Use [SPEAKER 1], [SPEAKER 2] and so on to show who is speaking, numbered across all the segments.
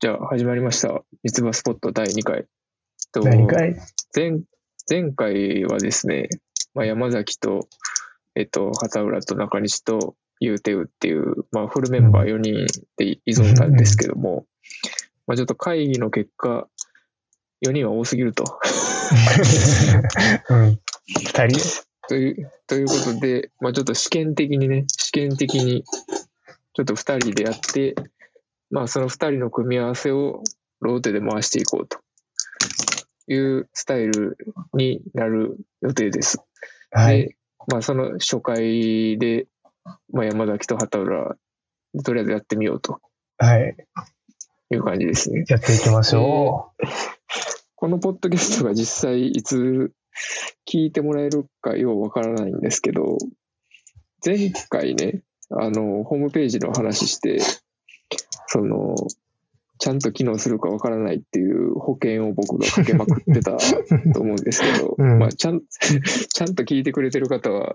[SPEAKER 1] じゃあ始まりました。三つ葉スポット第2回。と
[SPEAKER 2] 何 回
[SPEAKER 1] 前前回はですね、まあ、山崎と、えっと、畑浦と中西と、ゆうてうっていう、まあ、フルメンバー4人で挑んだんですけども、まあ、ちょっと会議の結果、4人は多すぎると。
[SPEAKER 2] うん。二人
[SPEAKER 1] という、ということで、まあちょっと試験的にね、試験的に、ちょっと2人でやって、まあその2人の組み合わせをローテで回していこうというスタイルになる予定です。
[SPEAKER 2] はい。
[SPEAKER 1] で、まあその初回で、まあ山崎と畑浦、とりあえずやってみようと
[SPEAKER 2] はい。
[SPEAKER 1] いう感じですね。
[SPEAKER 2] やっていきましょ
[SPEAKER 1] このポッドキャストが実際いつ聞いてもらえるかようわからないんですけど、前回ね、あの、ホームページの話して、その、ちゃんと機能するかわからないっていう保険を僕がかけまくってたと思うんですけど、
[SPEAKER 2] うん
[SPEAKER 1] まあ、ちゃん、ちゃんと聞いてくれてる方は、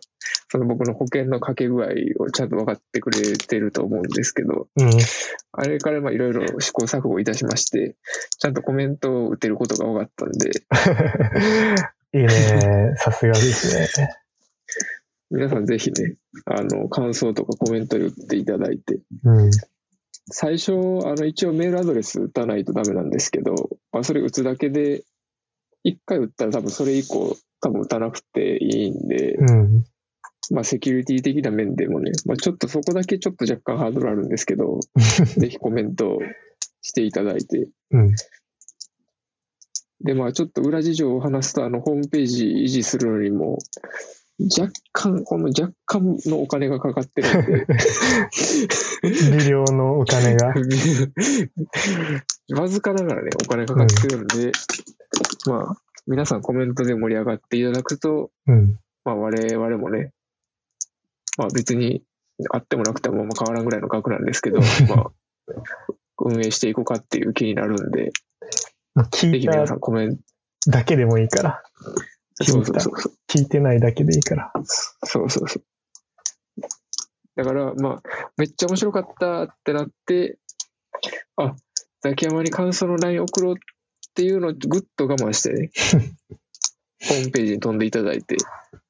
[SPEAKER 1] その僕の保険のかけ具合をちゃんと分かってくれてると思うんですけど、
[SPEAKER 2] う。うん。
[SPEAKER 1] あれからまあいろいろ試行錯誤いたしまして、ちゃんとコメントを打てることが分かったんで、
[SPEAKER 2] いいね。さすがですね。
[SPEAKER 1] 皆さんぜひね、あの、感想とかコメント言っていただいて、
[SPEAKER 2] うん。
[SPEAKER 1] 最初、あの、一応メールアドレス打たないとダメなんですけど、まあ、それ打つだけで、一回打ったら多分それ以降、多分打たなくていいんで、
[SPEAKER 2] うん。
[SPEAKER 1] まあ、セキュリティ的な面でもね、まあ、ちょっとそこだけちょっと若干ハードルあるんですけど、ぜひコメントしていただいて、
[SPEAKER 2] うん。
[SPEAKER 1] で、まあ、ちょっと裏事情を話すと、あの、ホームページ維持するのにも、若干、この若干のお金がかかってるんで、
[SPEAKER 2] 微量のお 金が。
[SPEAKER 1] わずかながらね、お金かかってるんで、まあ、皆さんコメントで盛り上がっていただくと、
[SPEAKER 2] うん。
[SPEAKER 1] まあ、我々もね、まあ、別にあってもなくてもまあ変わらんぐらいの額なんですけど、まあ、運営していこうかっていう気になるんで、
[SPEAKER 2] 聞
[SPEAKER 1] ぜ
[SPEAKER 2] い
[SPEAKER 1] ひ皆さ
[SPEAKER 2] た
[SPEAKER 1] んコメント、
[SPEAKER 2] だけでもいいから。
[SPEAKER 1] そうそうそうそう。
[SPEAKER 2] 聞いてないだけでいいから。
[SPEAKER 1] そうそうそう。だから、まあ、めっちゃ面白かったってなって、あ、ザキヤマに感想の LINE 送ろうっていうのをぐっと我慢してね、ホームページに飛んでいただいて、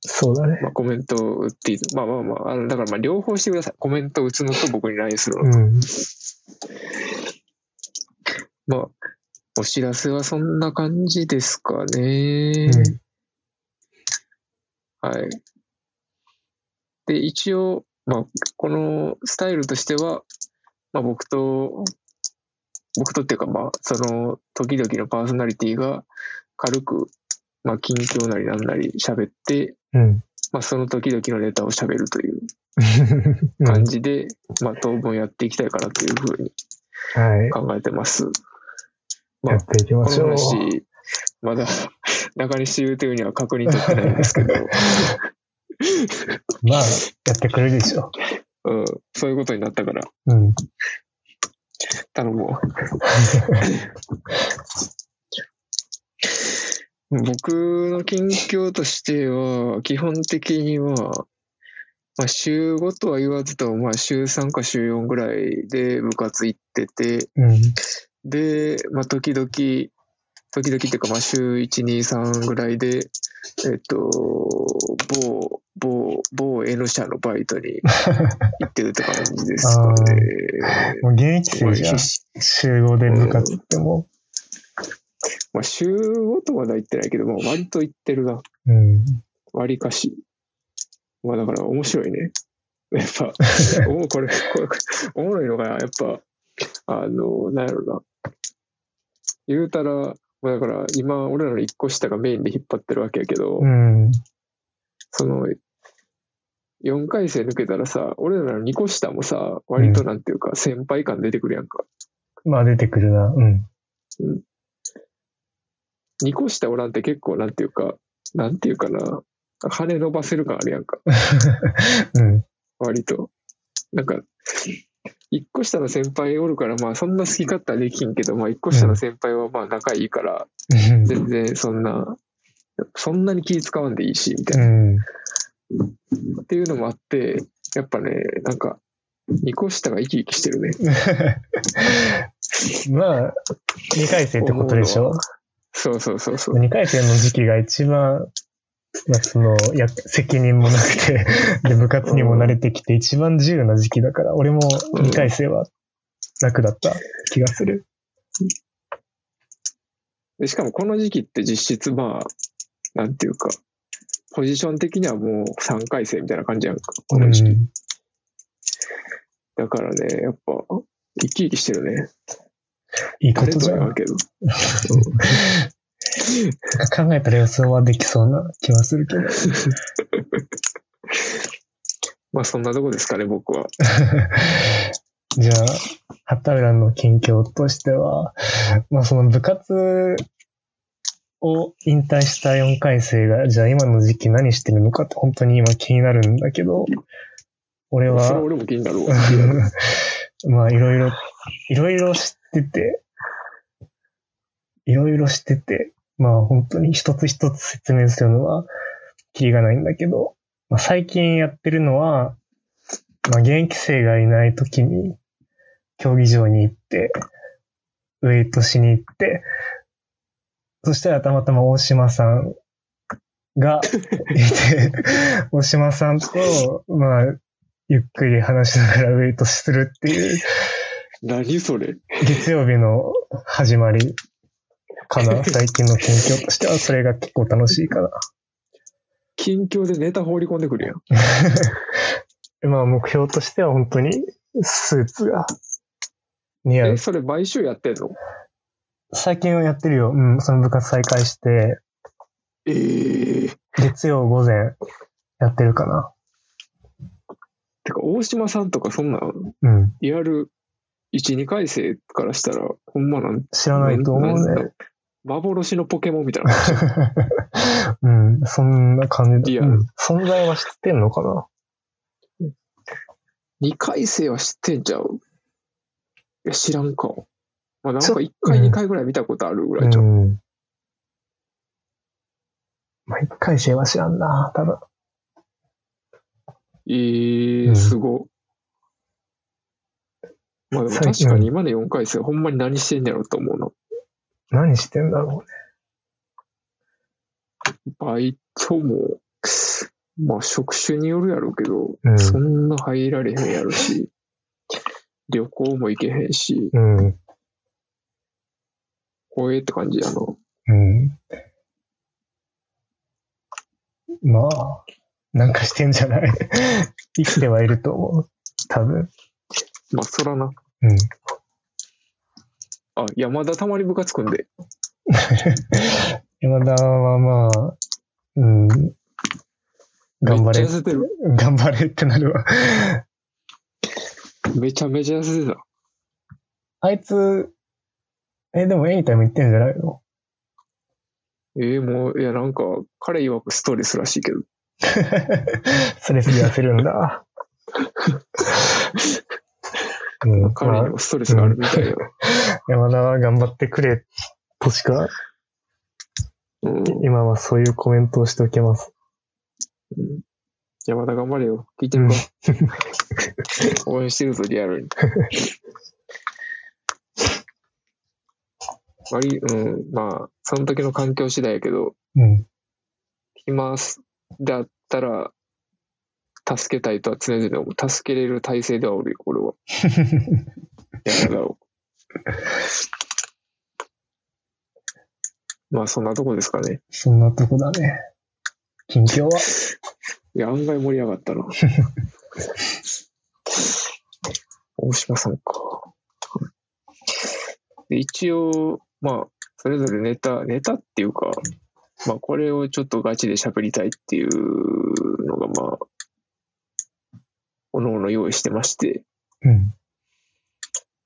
[SPEAKER 2] そうだね。
[SPEAKER 1] まあ、コメントを打っていた、まあまあまあ、あのだからまあ両方してください。コメントを打つのと僕に LINE するの。
[SPEAKER 2] うん。
[SPEAKER 1] まあ、お知らせはそんな感じですかね。
[SPEAKER 2] うん
[SPEAKER 1] はい。で、一応、まあ、このスタイルとしては、まあ、僕と、僕とっていうか、まあ、その、時々のパーソナリティが、軽く、まあ、近況なりなんなり喋って、
[SPEAKER 2] うん。
[SPEAKER 1] まあ、その時々のネタを喋るという
[SPEAKER 2] うん
[SPEAKER 1] 感じで、まあ、当分やっていきたいかなというふうに
[SPEAKER 2] はい。
[SPEAKER 1] 考えてます。まあ
[SPEAKER 2] やっていきま
[SPEAKER 1] こ
[SPEAKER 2] し
[SPEAKER 1] の
[SPEAKER 2] ょう。
[SPEAKER 1] 話、まだ、 中西言うてるには確認取ってないんです けど、
[SPEAKER 2] まあ、やってくれるでしょ。
[SPEAKER 1] うん、そういうことになったから、
[SPEAKER 2] うん。
[SPEAKER 1] 頼もう。 僕の近況としては、基本的には、まあ、週5とは言わずとも、まあ、週3か週4ぐらいで部活行ってて、
[SPEAKER 2] うん。
[SPEAKER 1] で、まあ、時々、時々っていうか、まあ、週1、2、3ぐらいで、えっと、某、某、某 N 社のバイトに行ってるって感じですか
[SPEAKER 2] あ
[SPEAKER 1] ね。
[SPEAKER 2] もう現役
[SPEAKER 1] まあ
[SPEAKER 2] 生じゃん
[SPEAKER 1] 必。死
[SPEAKER 2] 集合で部活っても。
[SPEAKER 1] まあ、週5とまだ行ってないけど、まあ、割と行ってるな。
[SPEAKER 2] うん。
[SPEAKER 1] 割かし。まあ、だから面白いね。やっぱ、おもこれ、これ、おもろいのが、やっぱ、あの、なんやろな。言うたら、まあ、だから、今、俺らの一個下がメインで引っ張ってるわけやけど、
[SPEAKER 2] うん。
[SPEAKER 1] その、4回生抜けたらさ、俺らの2個下もさ、割となんていうか、先輩感出てくるやんか。
[SPEAKER 2] まあ出てくるな。うん。
[SPEAKER 1] 2個下おらんって結構なんていうか、なんていうかな、羽伸ばせる感あるやんか。
[SPEAKER 2] うん。
[SPEAKER 1] 割と。なんか、一個下の先輩おるから、まあそんな好き勝手はできんけど、まあ一個下の先輩はまあ仲いいから、全然そんな、そんなに気使わんでいいし、みたいうな。
[SPEAKER 2] ん。
[SPEAKER 1] っていうのもあって、やっぱね、なんか、ニコ下が生き生きしてるね。
[SPEAKER 2] まあ、2回生ってことでし
[SPEAKER 1] 思
[SPEAKER 2] ょ
[SPEAKER 1] そうそうそうそう。
[SPEAKER 2] ?2 回生の時期が一番、まあその、や、責任もなくて、 で、部活にも慣れてきて、一番自由な時期だから、俺も2回生は楽だった気がする。
[SPEAKER 1] でしかもこの時期って実質まあ、なんていうか、ポジション的にはもう3回生みたいな感じやんか、この時期。
[SPEAKER 2] うん
[SPEAKER 1] だからね、やっぱ、生き生きしてるね。
[SPEAKER 2] いいこ
[SPEAKER 1] 誰
[SPEAKER 2] と
[SPEAKER 1] と
[SPEAKER 2] じゃ
[SPEAKER 1] は言わ
[SPEAKER 2] ん
[SPEAKER 1] ん。けど。
[SPEAKER 2] 考えたら予想はできそうな気はするけど。
[SPEAKER 1] まあそんなとこですかね、僕は。
[SPEAKER 2] じゃあ、畑浦の近況としては、まあその部活を引退した4回生が、じゃあ今の時期何してるのかって本当に今気になるんだけど、俺は
[SPEAKER 1] それ、俺も気になるわ。
[SPEAKER 2] まあいろいろ、いろいろ知ってて、いろいろ知ってて、まあ本当に一つ一つ説明するのは、キリがないんだけど、まあ、最近やってるのは、まあ現役生がいない時に、競技場に行って、ウェイトしに行って、そしたらたまたま大島さんがいて、大島さんと、まあ、ゆっくり話しながらウェイトするって いう、
[SPEAKER 1] 何それ。
[SPEAKER 2] 月曜日の始まりかな。最近の近況としては、それが結構楽しいかな。
[SPEAKER 1] 近況でネタ放り込んでくるやん。
[SPEAKER 2] まあ、目標としては本当にスーツが似合
[SPEAKER 1] え、
[SPEAKER 2] う。
[SPEAKER 1] それ毎週やってんの
[SPEAKER 2] 最近はやってるよ。うん、その部活再開して、
[SPEAKER 1] ええ
[SPEAKER 2] 月曜午前やってるかな。
[SPEAKER 1] てか、大島さんとかそんな、
[SPEAKER 2] うん、
[SPEAKER 1] リアル、1、2回生からしたら、ほんまなん、
[SPEAKER 2] 知らないと思う
[SPEAKER 1] なん
[SPEAKER 2] ね。
[SPEAKER 1] だ幻のポケモンみたいな。
[SPEAKER 2] うん、そんな感じ
[SPEAKER 1] リ
[SPEAKER 2] だ、
[SPEAKER 1] アル
[SPEAKER 2] うん。存在は知ってんのかな
[SPEAKER 1] 2回生は知ってんちゃういや、知らんか。まあ、なん
[SPEAKER 2] ち
[SPEAKER 1] か
[SPEAKER 2] ょ
[SPEAKER 1] 1回、
[SPEAKER 2] うん
[SPEAKER 1] 2回ぐらい見たことあるぐらいじゃん。
[SPEAKER 2] うん。まあ、一回生は知らんな、多分。
[SPEAKER 1] ええ
[SPEAKER 2] うん
[SPEAKER 1] すご。まあでも
[SPEAKER 2] 最
[SPEAKER 1] 確
[SPEAKER 2] 近
[SPEAKER 1] かに今の4回生、ほんまに何してんねやろと思うな。
[SPEAKER 2] 何してんだろ
[SPEAKER 1] バイトも、まあ職種によるやろうけど、
[SPEAKER 2] うね。
[SPEAKER 1] そんな入られへんやろし、旅行も行けへんし、
[SPEAKER 2] うん。うん。
[SPEAKER 1] 怖えって感じやな。
[SPEAKER 2] うん。まあ、なんかしてんじゃない 生きてはいると思う。多分。
[SPEAKER 1] まあそらな。
[SPEAKER 2] うん。
[SPEAKER 1] あ、山田たまり部活組んで。
[SPEAKER 2] 山田はまあ、うん。頑
[SPEAKER 1] め
[SPEAKER 2] 張れ
[SPEAKER 1] っちゃ、痩せてる。
[SPEAKER 2] 頑張れってなるわ。
[SPEAKER 1] めちゃめちゃ痩せてた。
[SPEAKER 2] あいつ、え、でもエニタイム行ってんじゃないの
[SPEAKER 1] ええもう、いや、なんか、彼曰くストレスらしいけど。
[SPEAKER 2] それすぎ痩せるん だ。うん、
[SPEAKER 1] 彼に
[SPEAKER 2] まあ
[SPEAKER 1] もストレスがあるみたいな。
[SPEAKER 2] 山田は頑張ってくれとしか、
[SPEAKER 1] うん。
[SPEAKER 2] 今はそういうコメントをしておけます。
[SPEAKER 1] うん山田頑張れよ。聞いてるか 応援してるぞ、リアルに。割り、うん、まあ、その時の環境次第やけど、
[SPEAKER 2] うん。
[SPEAKER 1] 暇だったら、助けたいとは常々思う。助けれる体制ではおるよ、俺は。山田を。まあ、そんなとこですかね。
[SPEAKER 2] そんなとこだね。近況は。
[SPEAKER 1] いや、案外盛り上がったな。 大島さんか。で一応、まあ、それぞれネタ、ネタっていうか、まあ、これをちょっとガチで喋りたいっていうのが、まあ、おのおの用意してまして。
[SPEAKER 2] うん。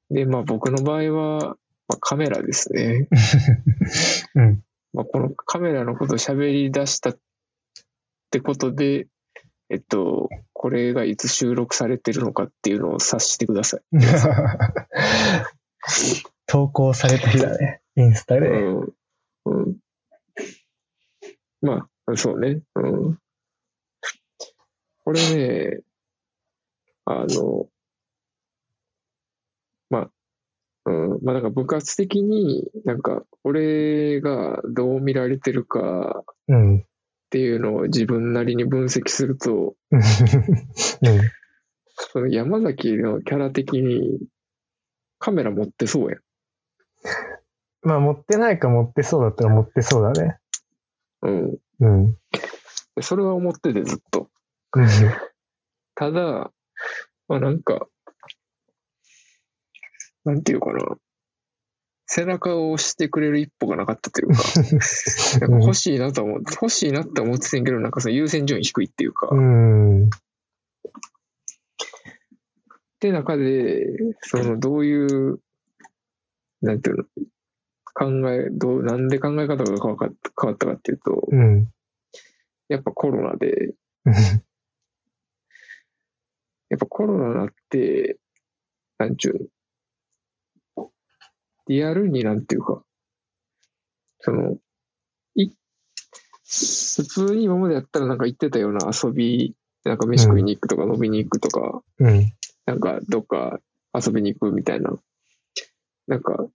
[SPEAKER 1] で、まあ、僕の場合は、まあ、カメラですね。
[SPEAKER 2] うん。
[SPEAKER 1] まあ、このカメラのことを喋り出したってことで、えっと、これがいつ収録されてるのかっていうのを察してください。
[SPEAKER 2] 投稿された日だね。インスタ
[SPEAKER 1] う
[SPEAKER 2] で。
[SPEAKER 1] ん。うん。まあ、そうね。うん。これね、あの、うん、まあなんか部活的になんか俺がどう見られてるかっ
[SPEAKER 2] うん。
[SPEAKER 1] ていうのを自分なりに分析すると、
[SPEAKER 2] うん。
[SPEAKER 1] その山崎のキャラ的にカメラ持ってそうやん。
[SPEAKER 2] まあ、持ってないか持ってそうだったら持ってそうだね。
[SPEAKER 1] うん。
[SPEAKER 2] うん。うん
[SPEAKER 1] でそれは思っててずっと。ただ、まあなんか、なんていうかな。背中を押してくれる一歩がなかったというか、なんか欲しいなとは思って、欲しいなって思ってたんやけど、なんかその優先順位低いっていうか、
[SPEAKER 2] うん。うん。
[SPEAKER 1] って中で、その、どういう、なんていうの、考え、どう、なんで考え方が変わか変わったかっていうと、
[SPEAKER 2] うん。
[SPEAKER 1] やっぱコロナで、やっぱコロナになって、なんちゅうの、リアルになんていうか、その、い、普通に今までやったらなんか行ってたような遊び、なんか飯食いに行くとか飲みに行くとか、
[SPEAKER 2] うん。
[SPEAKER 1] なんかどっか遊びに行くみたいな。なんか、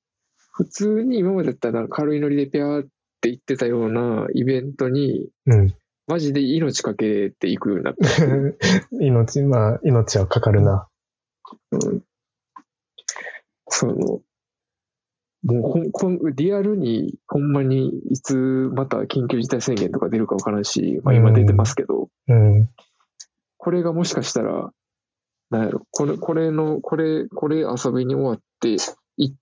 [SPEAKER 1] 普通に今までだったらなんか軽いノリでピャーって行ってたようなイベントに、
[SPEAKER 2] うん。
[SPEAKER 1] マジで命かけていくようになった。
[SPEAKER 2] 命、まあ、命はかかるな。
[SPEAKER 1] うん、その、もうほんこん、リアルに、ほんまに、いつまた緊急事態宣言とか出るかわからんし、まあ今出てますけど、
[SPEAKER 2] うん。
[SPEAKER 1] これがもしかしたら、なんやろ、これ、これの、これ、これ遊びに終わって行っ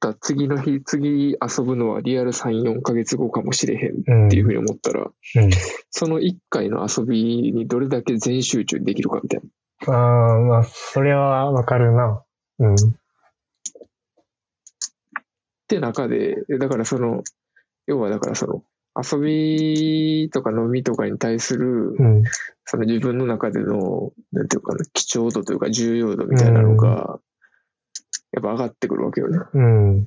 [SPEAKER 1] た次の日、次遊ぶのはリアル3、4ヶ月後かもしれへんっ
[SPEAKER 2] うん。
[SPEAKER 1] ていうふう
[SPEAKER 2] に。
[SPEAKER 1] に思ったら、その1回の遊びにどれだけ全集中できるかみたいな。
[SPEAKER 2] ああ、まあ、それはわかるな。うん。
[SPEAKER 1] って中で、だからその、要はだからその、遊びとか飲みとかに対する、
[SPEAKER 2] うん。
[SPEAKER 1] その自分の中での、なんていうかな、貴重度というか重要度みたいなのが、やっぱ上がってくるわけよね。
[SPEAKER 2] うん。
[SPEAKER 1] っ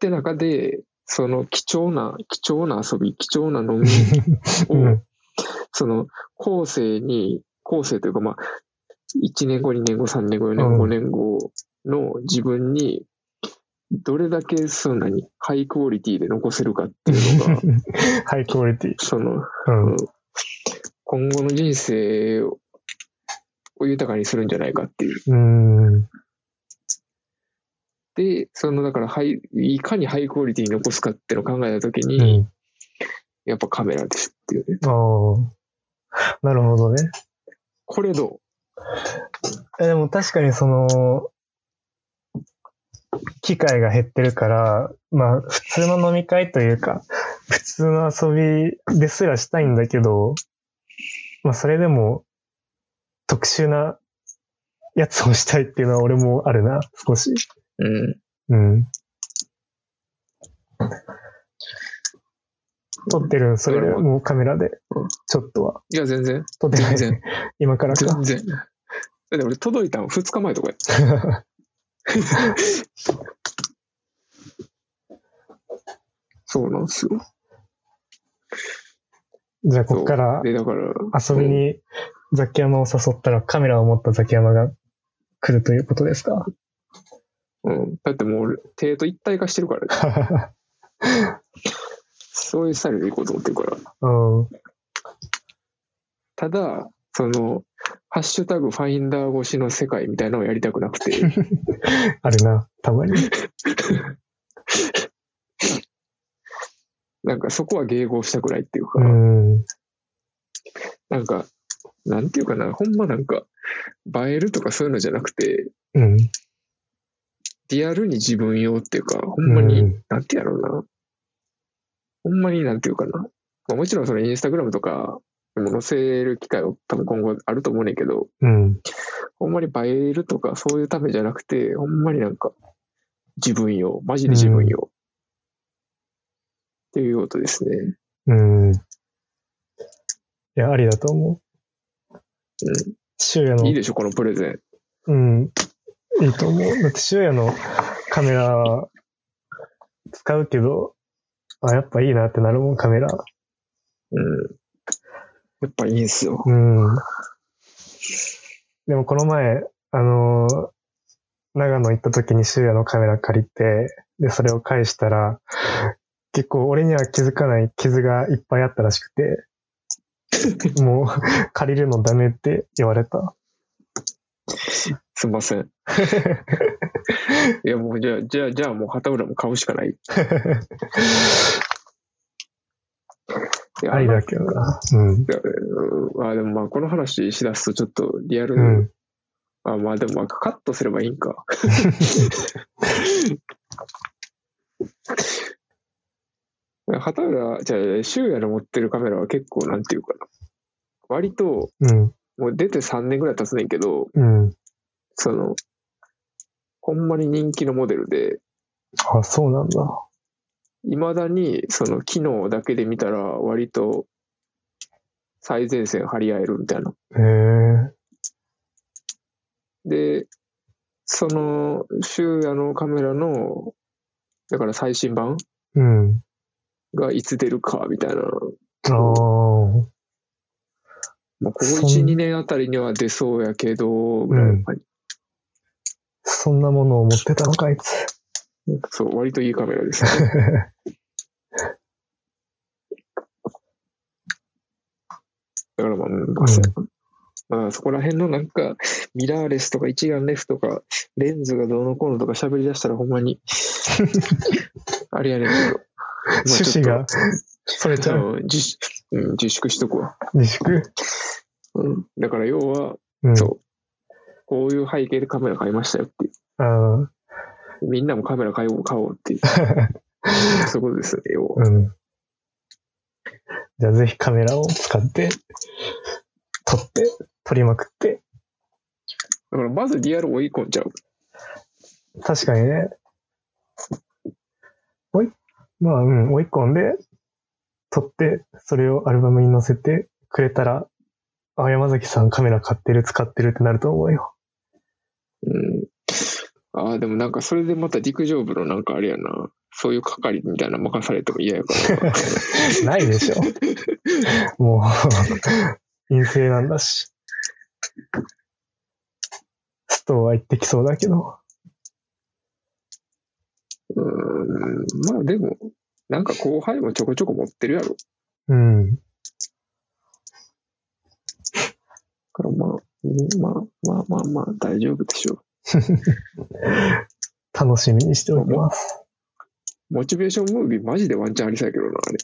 [SPEAKER 1] て中で、その貴重な、貴重な遊び、貴重な飲みを、
[SPEAKER 2] うん。
[SPEAKER 1] その、後世に、後世というか、まあ、1年後、2年後、3年後、4年
[SPEAKER 2] うん
[SPEAKER 1] 後、5年後の自分に、どれだけ、そんなに、ハイクオリティで残せるかっていうのが、
[SPEAKER 2] ハイクオリティ。
[SPEAKER 1] その、
[SPEAKER 2] うん。
[SPEAKER 1] 今後の人生を豊かにするんじゃないかっていう。
[SPEAKER 2] うん。
[SPEAKER 1] で、その、だから、ハイ、いかにハイクオリティに残すかっていうのを考えたとき
[SPEAKER 2] う
[SPEAKER 1] に、
[SPEAKER 2] ん。
[SPEAKER 1] やっぱカメラですっていうね。
[SPEAKER 2] ああ。なるほどね。
[SPEAKER 1] これどう
[SPEAKER 2] えでも確かにその、機会が減ってるから、まあ普通の飲み会というか、普通の遊びですらしたいんだけど、まあそれでも特殊なやつをしたいっていうのは俺もあるな、少し。
[SPEAKER 1] うん。
[SPEAKER 2] うん。撮ってるんそれ
[SPEAKER 1] それは
[SPEAKER 2] もうカメラで
[SPEAKER 1] うん、
[SPEAKER 2] ちょっとは。
[SPEAKER 1] いや、全然。
[SPEAKER 2] 撮ってない
[SPEAKER 1] 全然。
[SPEAKER 2] 今 からか
[SPEAKER 1] 全。然。だって俺届いたの2日前とかや。 そうなんですよ。
[SPEAKER 2] じゃあこっから
[SPEAKER 1] で、だから、
[SPEAKER 2] 遊びにザキヤマを誘ったらカメラを持ったザキヤマが来るということですか
[SPEAKER 1] うん。だってもう俺、手と一体化してるから、 そういうスタイルで行こうと思ってるから。
[SPEAKER 2] うん。
[SPEAKER 1] ただ、その、ハッシュタグファインダー越しの世界みたいなのをやりたくなくて、
[SPEAKER 2] あるな、たまに。
[SPEAKER 1] なんかそこは迎合したくないっていうか、
[SPEAKER 2] うん。うん。
[SPEAKER 1] なんか、なんていうかな、ほんまなんか、映えるとかそういうのじゃなくて、
[SPEAKER 2] うん。
[SPEAKER 1] リアルに自分用っていうか、ほんまに、
[SPEAKER 2] うん
[SPEAKER 1] なんてやろうな。ほんまになんていうかな。まあ、もちろんそのインスタグラムとかにも載せる機会を多分今後あると思うねんけど、
[SPEAKER 2] うん。
[SPEAKER 1] ほんまに映えるとかそういうためじゃなくて、ほんまになんか自分用、マジで自分用。っていう用途ですね。
[SPEAKER 2] うん。いや、ありだと思う。
[SPEAKER 1] う
[SPEAKER 2] シュウヤの
[SPEAKER 1] いいでしょ、このプレゼン。
[SPEAKER 2] うん。いいと思う。だって、シュウヤのカメラ、使うけど、あ、やっぱいいなってなるもん、カメラ。
[SPEAKER 1] うん。やっぱいいんすよ。
[SPEAKER 2] うん。でも、この前、あのー長野行った時に修也のカメラ借りて、で、それを返したら、結構俺には気づかない傷がいっぱいあったらしく て、もう借りるのダメって言われた。
[SPEAKER 1] すいま せん。いや、もう、じゃあ、じゃあ、じゃあ、もう、旗浦も買うし かない。いや
[SPEAKER 2] ありだけどな。うん。
[SPEAKER 1] いやうんあでもまあこの話しだすとちょっとリアル、
[SPEAKER 2] うん。
[SPEAKER 1] あまあでもまあカットすればいいんか。畑浦、じゃあ、修也の持ってるカメラは結構なんていうかな。割と、
[SPEAKER 2] うん。
[SPEAKER 1] もう出て3年ぐらい経つねんけど、
[SPEAKER 2] うん。
[SPEAKER 1] その、ほんまに人気のモデルで、
[SPEAKER 2] あ、そうなんだ。
[SPEAKER 1] いまだにその機能だけで見たら割と最前線張り合えるみたいな。
[SPEAKER 2] へえ。
[SPEAKER 1] で、その、修也のカメラの、だから最新版
[SPEAKER 2] うん。
[SPEAKER 1] がいつ出るか、みたいな。
[SPEAKER 2] ああ。
[SPEAKER 1] まあ、ここ
[SPEAKER 2] そん
[SPEAKER 1] 1、2年あたりには出そうやけど、ぐらいの感じ
[SPEAKER 2] そんなものを持ってたのか、あいつ。
[SPEAKER 1] そう、割といいカメラですね。 だからまあ、うんまあ、そこら辺のなんか、ミラーレスとか一眼レフとか、レンズがどうのこうのとか喋り出したらほんま に、あれやねんけど。まあちょっと
[SPEAKER 2] 趣旨が、それちゃう。
[SPEAKER 1] うん自粛うん自粛しとくわ。
[SPEAKER 2] 自粛
[SPEAKER 1] うん、だから要は、
[SPEAKER 2] うん。
[SPEAKER 1] そうこういう背景でカメラ買いましたよっていう。
[SPEAKER 2] あ
[SPEAKER 1] みんなもカメラ買おう、買おう っていう。そういうことですね、要
[SPEAKER 2] あ、
[SPEAKER 1] は。
[SPEAKER 2] うん。じゃあぜひカメラを使って、撮って、撮りまくって。
[SPEAKER 1] だからまずリアル追い込んじゃう。
[SPEAKER 2] 確かにね。おい、まあうん、追い込んで、撮って、それをアルバムに載せてくれたら、あ、山崎さんカメラ買ってる、使ってるってなると思うよ。
[SPEAKER 1] うん。ああ、でもなんかそれでまた陸上部のなんかあれやな。そういう係みたいなの任されても嫌やから。
[SPEAKER 2] ないでしょ。もう、陰性なんだし。ストは言ってきそうだけど。
[SPEAKER 1] うん。まあでも、なんか後輩もちょこちょこ持ってるやろ。だ
[SPEAKER 2] うん。
[SPEAKER 1] からまあ、うんまあまあまあまあ大丈夫でしょ
[SPEAKER 2] 楽しみにしておきます。
[SPEAKER 1] う。モチベーションムービーマジでワンチャンありそうやけどな、あれ。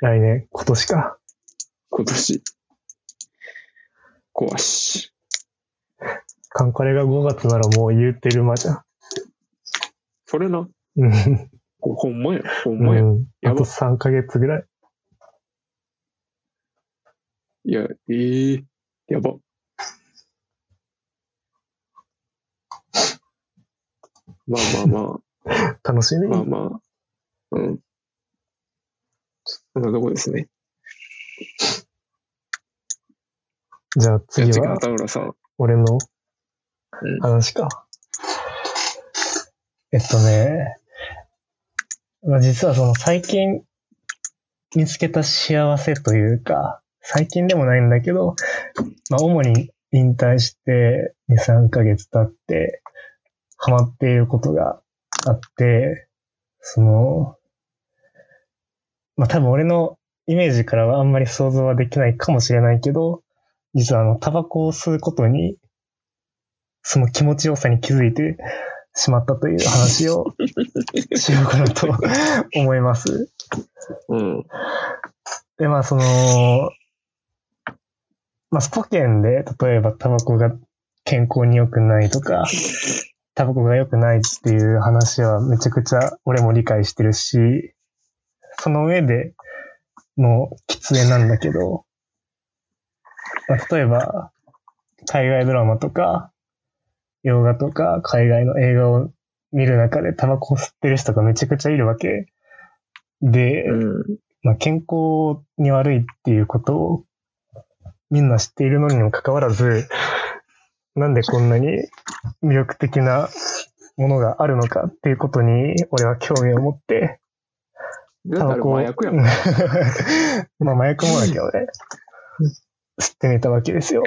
[SPEAKER 2] 来年、今年か。
[SPEAKER 1] 今年。壊し。
[SPEAKER 2] カンカレが5月ならもう言うてる間じゃん。
[SPEAKER 1] それな。
[SPEAKER 2] うん。
[SPEAKER 1] ほほんまや。ほんまや。
[SPEAKER 2] うん、
[SPEAKER 1] やば
[SPEAKER 2] あと3ヶ月ぐらい。
[SPEAKER 1] いや、ええやば。まあまあま
[SPEAKER 2] 楽しみ
[SPEAKER 1] あ、まあ
[SPEAKER 2] に。
[SPEAKER 1] まあ。うん。そんなとこですね。
[SPEAKER 2] じ
[SPEAKER 1] じゃ
[SPEAKER 2] ゃあ
[SPEAKER 1] あ
[SPEAKER 2] 次
[SPEAKER 1] 次、
[SPEAKER 2] は、
[SPEAKER 1] 畑浦さん。
[SPEAKER 2] 俺の
[SPEAKER 1] うん
[SPEAKER 2] 話か。えっとね、まあ、実はその最近見つけた幸せというか、最近でもないんだけど、まあ主に引退して2、3ヶ月経って、ハマっていることがあって、その、まあ多分俺のイメージからはあんまり想像はできないかもしれないけど、実はあの、タバコを吸うことに、その気持ちよさに気づいてしまったという話をしようかなと思います。
[SPEAKER 1] うん。
[SPEAKER 2] で、まあその、まあスポケンで、例えばタバコが健康に良くないとか、タバコが良くないっていう話はめちゃくちゃ俺も理解してるし、その上での喫煙なんだけど、まあ、例えば、海外ドラマとか、洋画とか、海外の映画を見る中でタバコを吸ってる人がめちゃくちゃいるわけ。で、
[SPEAKER 1] うん。
[SPEAKER 2] まあ、健康に悪いっていうことをみんな知っているのにもかかわらず、なんでこんなに魅力的なものがあるのかっていうことに俺は興味を持って、
[SPEAKER 1] だから麻薬や もん。
[SPEAKER 2] まあ麻薬もだけどね、吸ってみたわけですよ。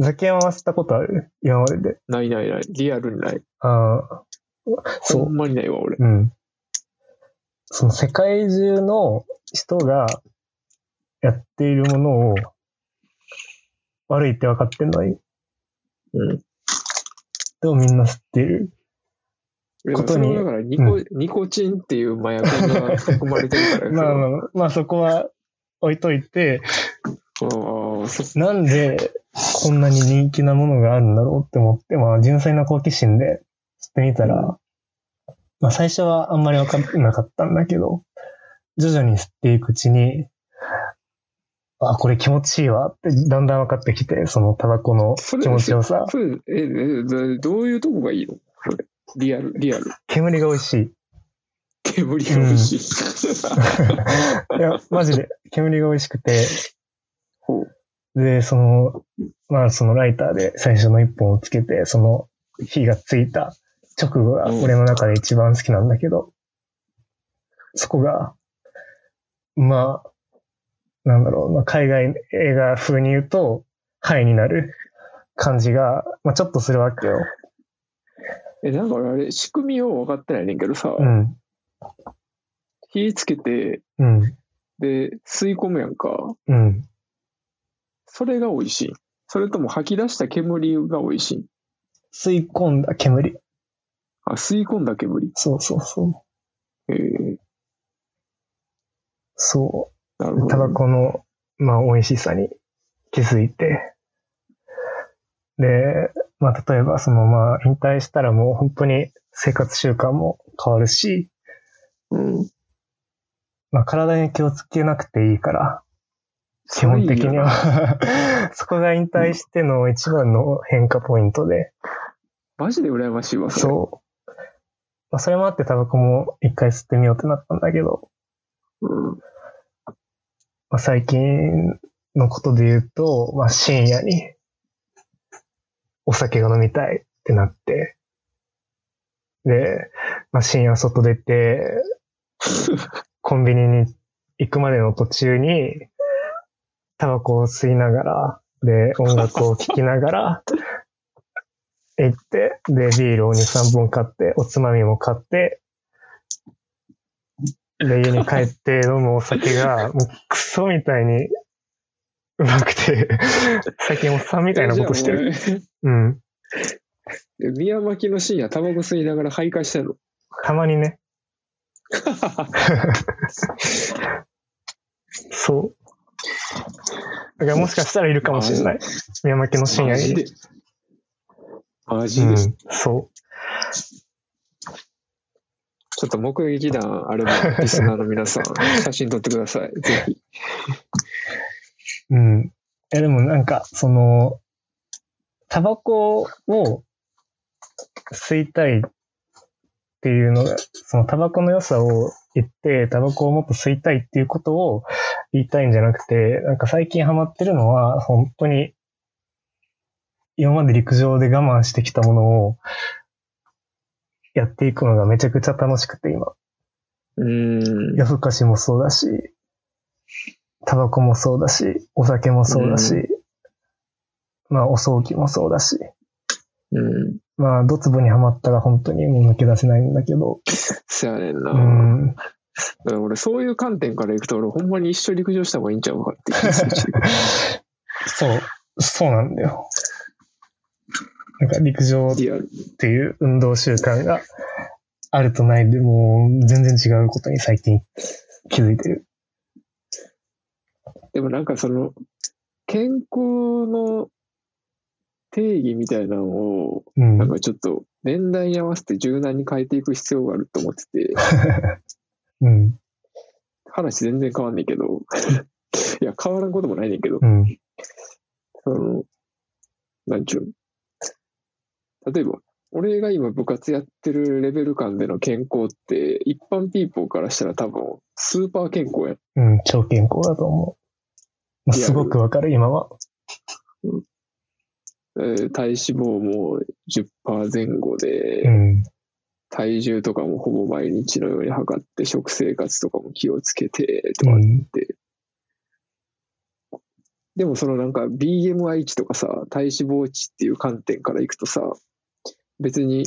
[SPEAKER 2] ザキヤマは吸ったことある今までで。
[SPEAKER 1] ないないない。リアルにない。
[SPEAKER 2] ああ。そ
[SPEAKER 1] ほ
[SPEAKER 2] う。
[SPEAKER 1] んまにないわ、俺。
[SPEAKER 2] うん。その世界中の人がやっているものを悪いって分かってんのに、
[SPEAKER 1] うん。
[SPEAKER 2] でもみんな吸っている。
[SPEAKER 1] いや
[SPEAKER 2] こと
[SPEAKER 1] そ
[SPEAKER 2] に
[SPEAKER 1] れはだからニコ、ニコチンっていう麻薬が含まれてるから。
[SPEAKER 2] まあま
[SPEAKER 1] あ。
[SPEAKER 2] あ、まあそこは置いといて、
[SPEAKER 1] ああ、そ
[SPEAKER 2] なんでこんなに人気なものがあるんだろうって思って、まあ純粋な好奇心で吸ってみたら、まあ最初はあんまり分かってなかったんだけど、徐々に吸っていくうちに、あ、これ気持ちいいわってだんだん分かってきて、そのタバコの
[SPEAKER 1] それ
[SPEAKER 2] 気持ちよさ。
[SPEAKER 1] それ、え、えどどういうとこがいいのそれ。リアル、リアル。
[SPEAKER 2] 煙が美味しい。
[SPEAKER 1] 煙が美 味しい。
[SPEAKER 2] いや、マジで煙が美味しくて、
[SPEAKER 1] ほう
[SPEAKER 2] で、その、まあそのライターで最初の一本をつけて、その火がついた直後が
[SPEAKER 1] うん
[SPEAKER 2] 俺の中で一番好きなんだけど、そこが、まあ、なんだろう、まあ、海外映画風に言うと、ハイになる感じが、まあちょっとするわけよ。
[SPEAKER 1] え、だからあれ、仕組みを分かってないねんけどさ、
[SPEAKER 2] うん。
[SPEAKER 1] 火つけて、
[SPEAKER 2] うん。
[SPEAKER 1] で、吸い込むやんか。
[SPEAKER 2] うん。
[SPEAKER 1] それが美味しい。それとも吐き出した煙が美味しい。
[SPEAKER 2] 吸い込んだ煙。
[SPEAKER 1] あ、吸い込んだ煙。
[SPEAKER 2] そうそうそう。
[SPEAKER 1] えー、
[SPEAKER 2] そう。
[SPEAKER 1] なるほど。
[SPEAKER 2] タバコの、まあ、美味しさに気づいて、で、まあ、例えば、その、まあ、引退したらもう本当に生活習慣も変わるし、
[SPEAKER 1] うん。
[SPEAKER 2] まあ、体に気をつけなくていいから、基本的に
[SPEAKER 1] それいいよ
[SPEAKER 2] は。そこが引退しての一番の変化ポイントで、
[SPEAKER 1] マジで羨ましいわ、それ。
[SPEAKER 2] そう。まあ、それもあってタバコも一回吸ってみようってなったんだけど、
[SPEAKER 1] うん。
[SPEAKER 2] まあ、最近のことで言うと、まあ、深夜にお酒が飲みたいってなって、で、まあ、深夜外出て、コンビニに行くまでの途中に、タバコを吸いながら、で、音楽を聴きながら、行って、で、ビールを2、3本買って、おつまみも買って、で、家に帰って飲むお酒が、もうクソみたいにうまくて、最近おっさんみたいなことしてる。
[SPEAKER 1] え。じゃあも
[SPEAKER 2] うん。
[SPEAKER 1] うえ宮巻の深夜、タバコ吸いながら徘徊してんの。
[SPEAKER 2] たまに ね。そう。だからもしかしたらいるかもしれない。宮巻の深夜
[SPEAKER 1] マジ
[SPEAKER 2] に。
[SPEAKER 1] で。マジ
[SPEAKER 2] う
[SPEAKER 1] で。
[SPEAKER 2] ん
[SPEAKER 1] ちょ、
[SPEAKER 2] そ
[SPEAKER 1] っと目撃談あれば、リスナーの皆 さん、写真撮ってください。ぜひ。
[SPEAKER 2] う。うん。え、でもなんか、その、タバコを吸いたいっていうのが、そのタバコの良さを言って、タバコをもっと吸いたいっていうことを言いたいんじゃなくて、なんか最近ハマってるのは、本当に、今まで陸上で我慢してきたものを、やっていくのがめちゃくちゃ楽しくて、今。
[SPEAKER 1] うーん。
[SPEAKER 2] 夜更かしもそうだし、タバコもそうだし、お酒もそうだし、まあお葬儀もそうだし、
[SPEAKER 1] うん。
[SPEAKER 2] まあドツボにはまったら本当にもう抜け出せないんだけど、
[SPEAKER 1] そやねんな。
[SPEAKER 2] うん、
[SPEAKER 1] だから俺、そういう観点からいくと、俺、ほんまに一緒に陸上した方がいいんちゃうかって気がするし
[SPEAKER 2] そう、そうなんだよ。なんか陸上っ
[SPEAKER 1] リアル。
[SPEAKER 2] ていう運動習慣があるとないでもう全然違うことに最近気づいてる。
[SPEAKER 1] でもなんかその、健康の定義みたいなのを、
[SPEAKER 2] うん。う
[SPEAKER 1] なんかちょっと年代に合わせて柔軟に変えていく必要があると思ってて、
[SPEAKER 2] ん。
[SPEAKER 1] 話全然変わんねんけど、 いや、変わらんこともないねんけど、
[SPEAKER 2] うん。
[SPEAKER 1] その、なんちゅうの例えば、俺が今部活やってるレベル感での健康って、一般ピーポーからしたら多分、スーパー健康やん
[SPEAKER 2] うん。超健康だと思う。まあすごくわかる、今は。
[SPEAKER 1] えー体脂肪も10%前後で、
[SPEAKER 2] うん。
[SPEAKER 1] 体重とかもほぼ毎日のように測って、食生活とかも気をつけてと
[SPEAKER 2] う
[SPEAKER 1] か、
[SPEAKER 2] ん。
[SPEAKER 1] でもそのなんか BMI 値とかさ、体脂肪値っていう観点からいくとさ、別に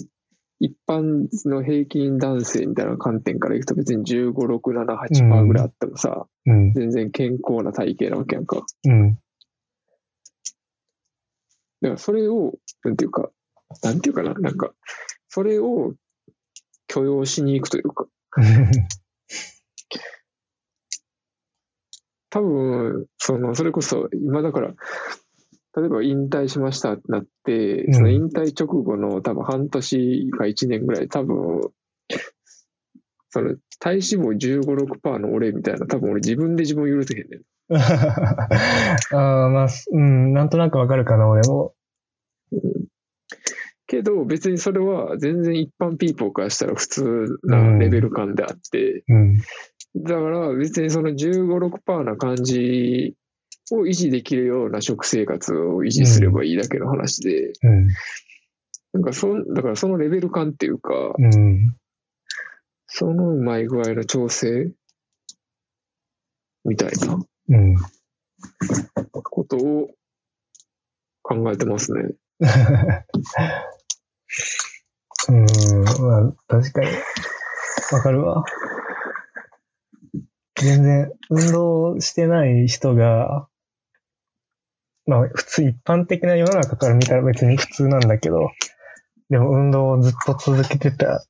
[SPEAKER 1] 一般の平均男性みたいな観点からいくと別に15、6、7、8%ぐらいあってもさ、
[SPEAKER 2] うん。
[SPEAKER 1] 全然健康な体型なわけやんか。
[SPEAKER 2] うん。
[SPEAKER 1] だからそれを、なんていうか、なんていうかな、なんか、それを許容しに行くというか、多分、その、それこそ、今だから、例えば引退しましたってなって、
[SPEAKER 2] うん
[SPEAKER 1] その引退直後の多分半年か1年ぐらい、多分、その体脂肪15、6%の俺みたいな、多分俺自分で自分を許せへんねん。
[SPEAKER 2] ああ、まあ、うん、なんとなくわかるかな、俺も。
[SPEAKER 1] けど別にそれは全然一般ピーポーからしたら普通なレベル感であって、
[SPEAKER 2] うん。
[SPEAKER 1] だから別にその15、6%な感じを維持できるような食生活を維持すればいいだけの話で、
[SPEAKER 2] うん。
[SPEAKER 1] なんかそん、だからそのレベル感っていうか、
[SPEAKER 2] うん。
[SPEAKER 1] そのうまい具合の調整みたいな
[SPEAKER 2] うん。
[SPEAKER 1] ことを考えてますね。
[SPEAKER 2] うん、まあ、確かに。わかるわ。全然、運動してない人が、まあ、普通、一般的な世の中から見たら別に普通なんだけど、でも運動をずっと続けてた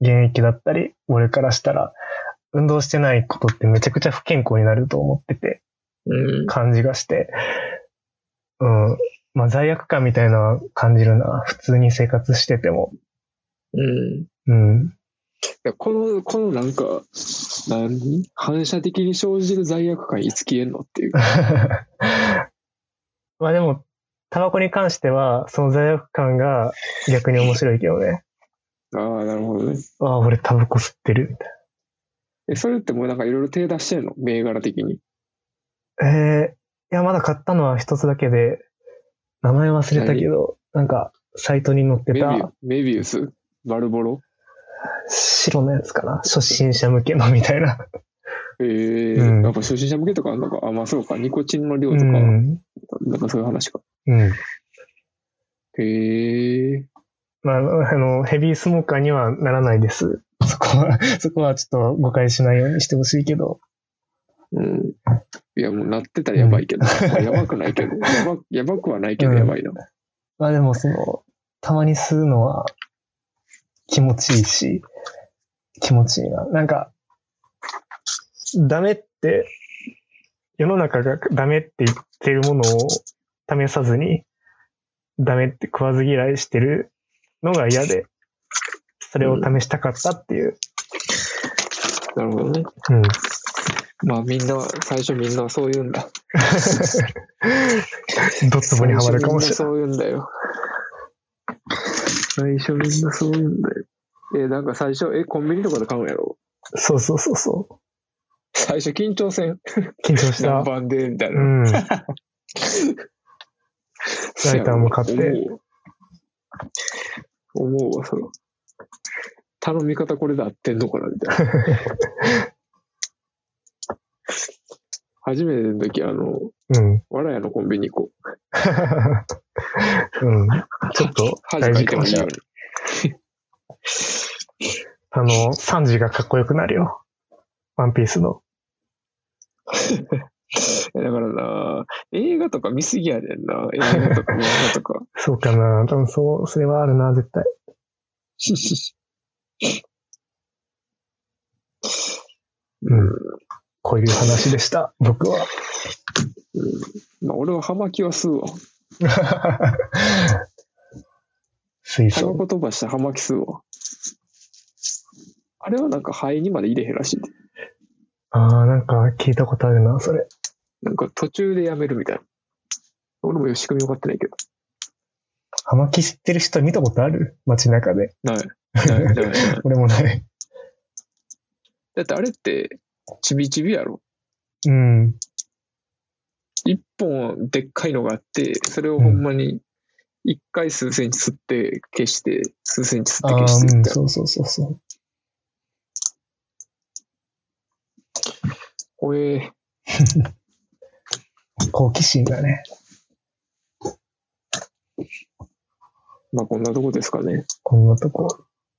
[SPEAKER 2] 現役だったり、俺からしたら、運動してないことってめちゃくちゃ不健康になると思ってて、
[SPEAKER 1] うん。
[SPEAKER 2] 感じがして、うん。まあ、罪悪感みたいなのは感じるな。普通に生活してても。
[SPEAKER 1] うん。
[SPEAKER 2] うん。
[SPEAKER 1] この、このなんか、何反射的に生じる罪悪感いつ消えんのって いう。
[SPEAKER 2] まあでも、タバコに関しては、その罪悪感が逆に面白いけどね。
[SPEAKER 1] ああ、なるほどね。
[SPEAKER 2] ああ、俺タバコ吸ってる。みたい
[SPEAKER 1] え、それってもうなんかいろいろ手出してんの銘柄的に。
[SPEAKER 2] なえー、いや、まだ買ったのは一つだけで、名前忘れたけど、なんか、サイトに載って
[SPEAKER 1] メビ
[SPEAKER 2] た
[SPEAKER 1] ウメビウスバルボロ
[SPEAKER 2] 白のやつかな初心者向けのみたいな。
[SPEAKER 1] ええ
[SPEAKER 2] うん
[SPEAKER 1] やっぱ初心者向けとかあんのかあ、まあそうか。ニコチンの量と
[SPEAKER 2] う
[SPEAKER 1] か、
[SPEAKER 2] ん。
[SPEAKER 1] なんかそういう話か。
[SPEAKER 2] うん。
[SPEAKER 1] へえ
[SPEAKER 2] まあ、あの、ヘビースモーカーにはならないです。そこは、そこはちょっと誤解しないようにしてほしいけど。
[SPEAKER 1] うん。いや、もうなってたらやばいけど。まあやばくない けど。やばやばくはないけど、
[SPEAKER 2] うん
[SPEAKER 1] やばいな。
[SPEAKER 2] まあでもその、たまに吸うのは気持ちいいし、気持ちいいな。なんか、ダメって、世の中がダメって言ってるものを試さずに、ダメって食わず嫌いしてるのが嫌で、それを試したかったっていう。
[SPEAKER 1] なるほどね。
[SPEAKER 2] うん。
[SPEAKER 1] まあ、みんなは、最初みんなはそう言うんだ。
[SPEAKER 2] ドツボにはまるかもしれない。
[SPEAKER 1] 最初みんなそう言うんだよ。最初みんなそう言うんだよ。え、なんか最初、え、コンビニとかで買うんやろ
[SPEAKER 2] そうそうそうそ
[SPEAKER 1] 最初緊張せん。
[SPEAKER 2] う。緊張した
[SPEAKER 1] 何。番でみたいうな。
[SPEAKER 2] ん。ライターも買って
[SPEAKER 1] 思うわ。思うわ、それは。頼み方これで合ってんのかなみたいな。初めての時、あの、
[SPEAKER 2] うん。
[SPEAKER 1] わらやのコンビニ行こう。
[SPEAKER 2] うん。ちょっと
[SPEAKER 1] 恥
[SPEAKER 2] 大
[SPEAKER 1] かいて
[SPEAKER 2] 事か
[SPEAKER 1] も
[SPEAKER 2] も
[SPEAKER 1] いい
[SPEAKER 2] しれ
[SPEAKER 1] よ
[SPEAKER 2] ない。あの、サンジがかっこよくなるよ。ワンピースの。
[SPEAKER 1] うに。だからな、映画とか見すぎやねんな。映画とか漫画とか。
[SPEAKER 2] そうかな。多分そう、それはあるな、絶対。うん。こういう話でした、僕は。
[SPEAKER 1] まあ、俺は葉巻は吸うわ。
[SPEAKER 2] 水
[SPEAKER 1] タバ
[SPEAKER 2] 素。
[SPEAKER 1] コ飛ばして葉巻吸うわ。あれはなんか肺にまで入れへんらしい。
[SPEAKER 2] ああ、なんか聞いたことあるな、それ。
[SPEAKER 1] なんか途中でやめるみたいな。俺もよ仕組み分かってないけど。
[SPEAKER 2] 葉巻吸ってる人見たことある街中で。
[SPEAKER 1] ない。ないないない
[SPEAKER 2] 俺もない。
[SPEAKER 1] だってあれって、ちびちびやろ。
[SPEAKER 2] うん。
[SPEAKER 1] 一本でっかいのがあって、それをほんまに一回数センチ吸って消して、数センチ吸って
[SPEAKER 2] あ
[SPEAKER 1] 消
[SPEAKER 2] あ
[SPEAKER 1] し
[SPEAKER 2] ー、
[SPEAKER 1] てみ
[SPEAKER 2] うん、
[SPEAKER 1] たいな。
[SPEAKER 2] そうそうそうそう。
[SPEAKER 1] 怖え
[SPEAKER 2] 好奇心がね、
[SPEAKER 1] まあこんなとこですかね。
[SPEAKER 2] こんなとこ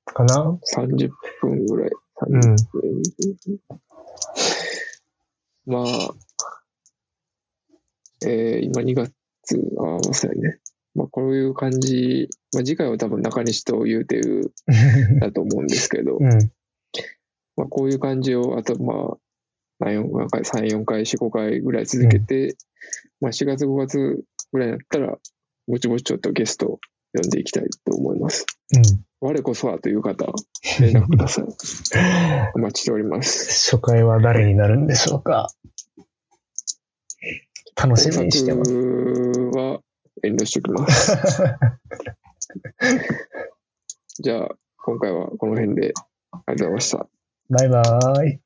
[SPEAKER 2] かな。
[SPEAKER 1] 30分ぐらい。
[SPEAKER 2] う
[SPEAKER 1] 30
[SPEAKER 2] ん。
[SPEAKER 1] 分まあ、えー今2月、ああ、そうやね。まあこういう感じ、まあ次回は多分中西と言うてるだと思うんですけど、
[SPEAKER 2] うん。
[SPEAKER 1] まあこういう感じを、あとまあ、何四何回、3、4回、4、5回ぐらい続けて、まあ4月、5月ぐらいになったら、ぼちぼちちょっとゲストを呼んでいきたいと思います。
[SPEAKER 2] うん。
[SPEAKER 1] 我こそはという方、連絡ください。お待ちしております。
[SPEAKER 2] 初回は誰になるんでしょうか。楽しみにしてます。
[SPEAKER 1] 工作は遠慮しておきます。じゃあ、今回はこの辺でありがとうございました。
[SPEAKER 2] バイバーイ。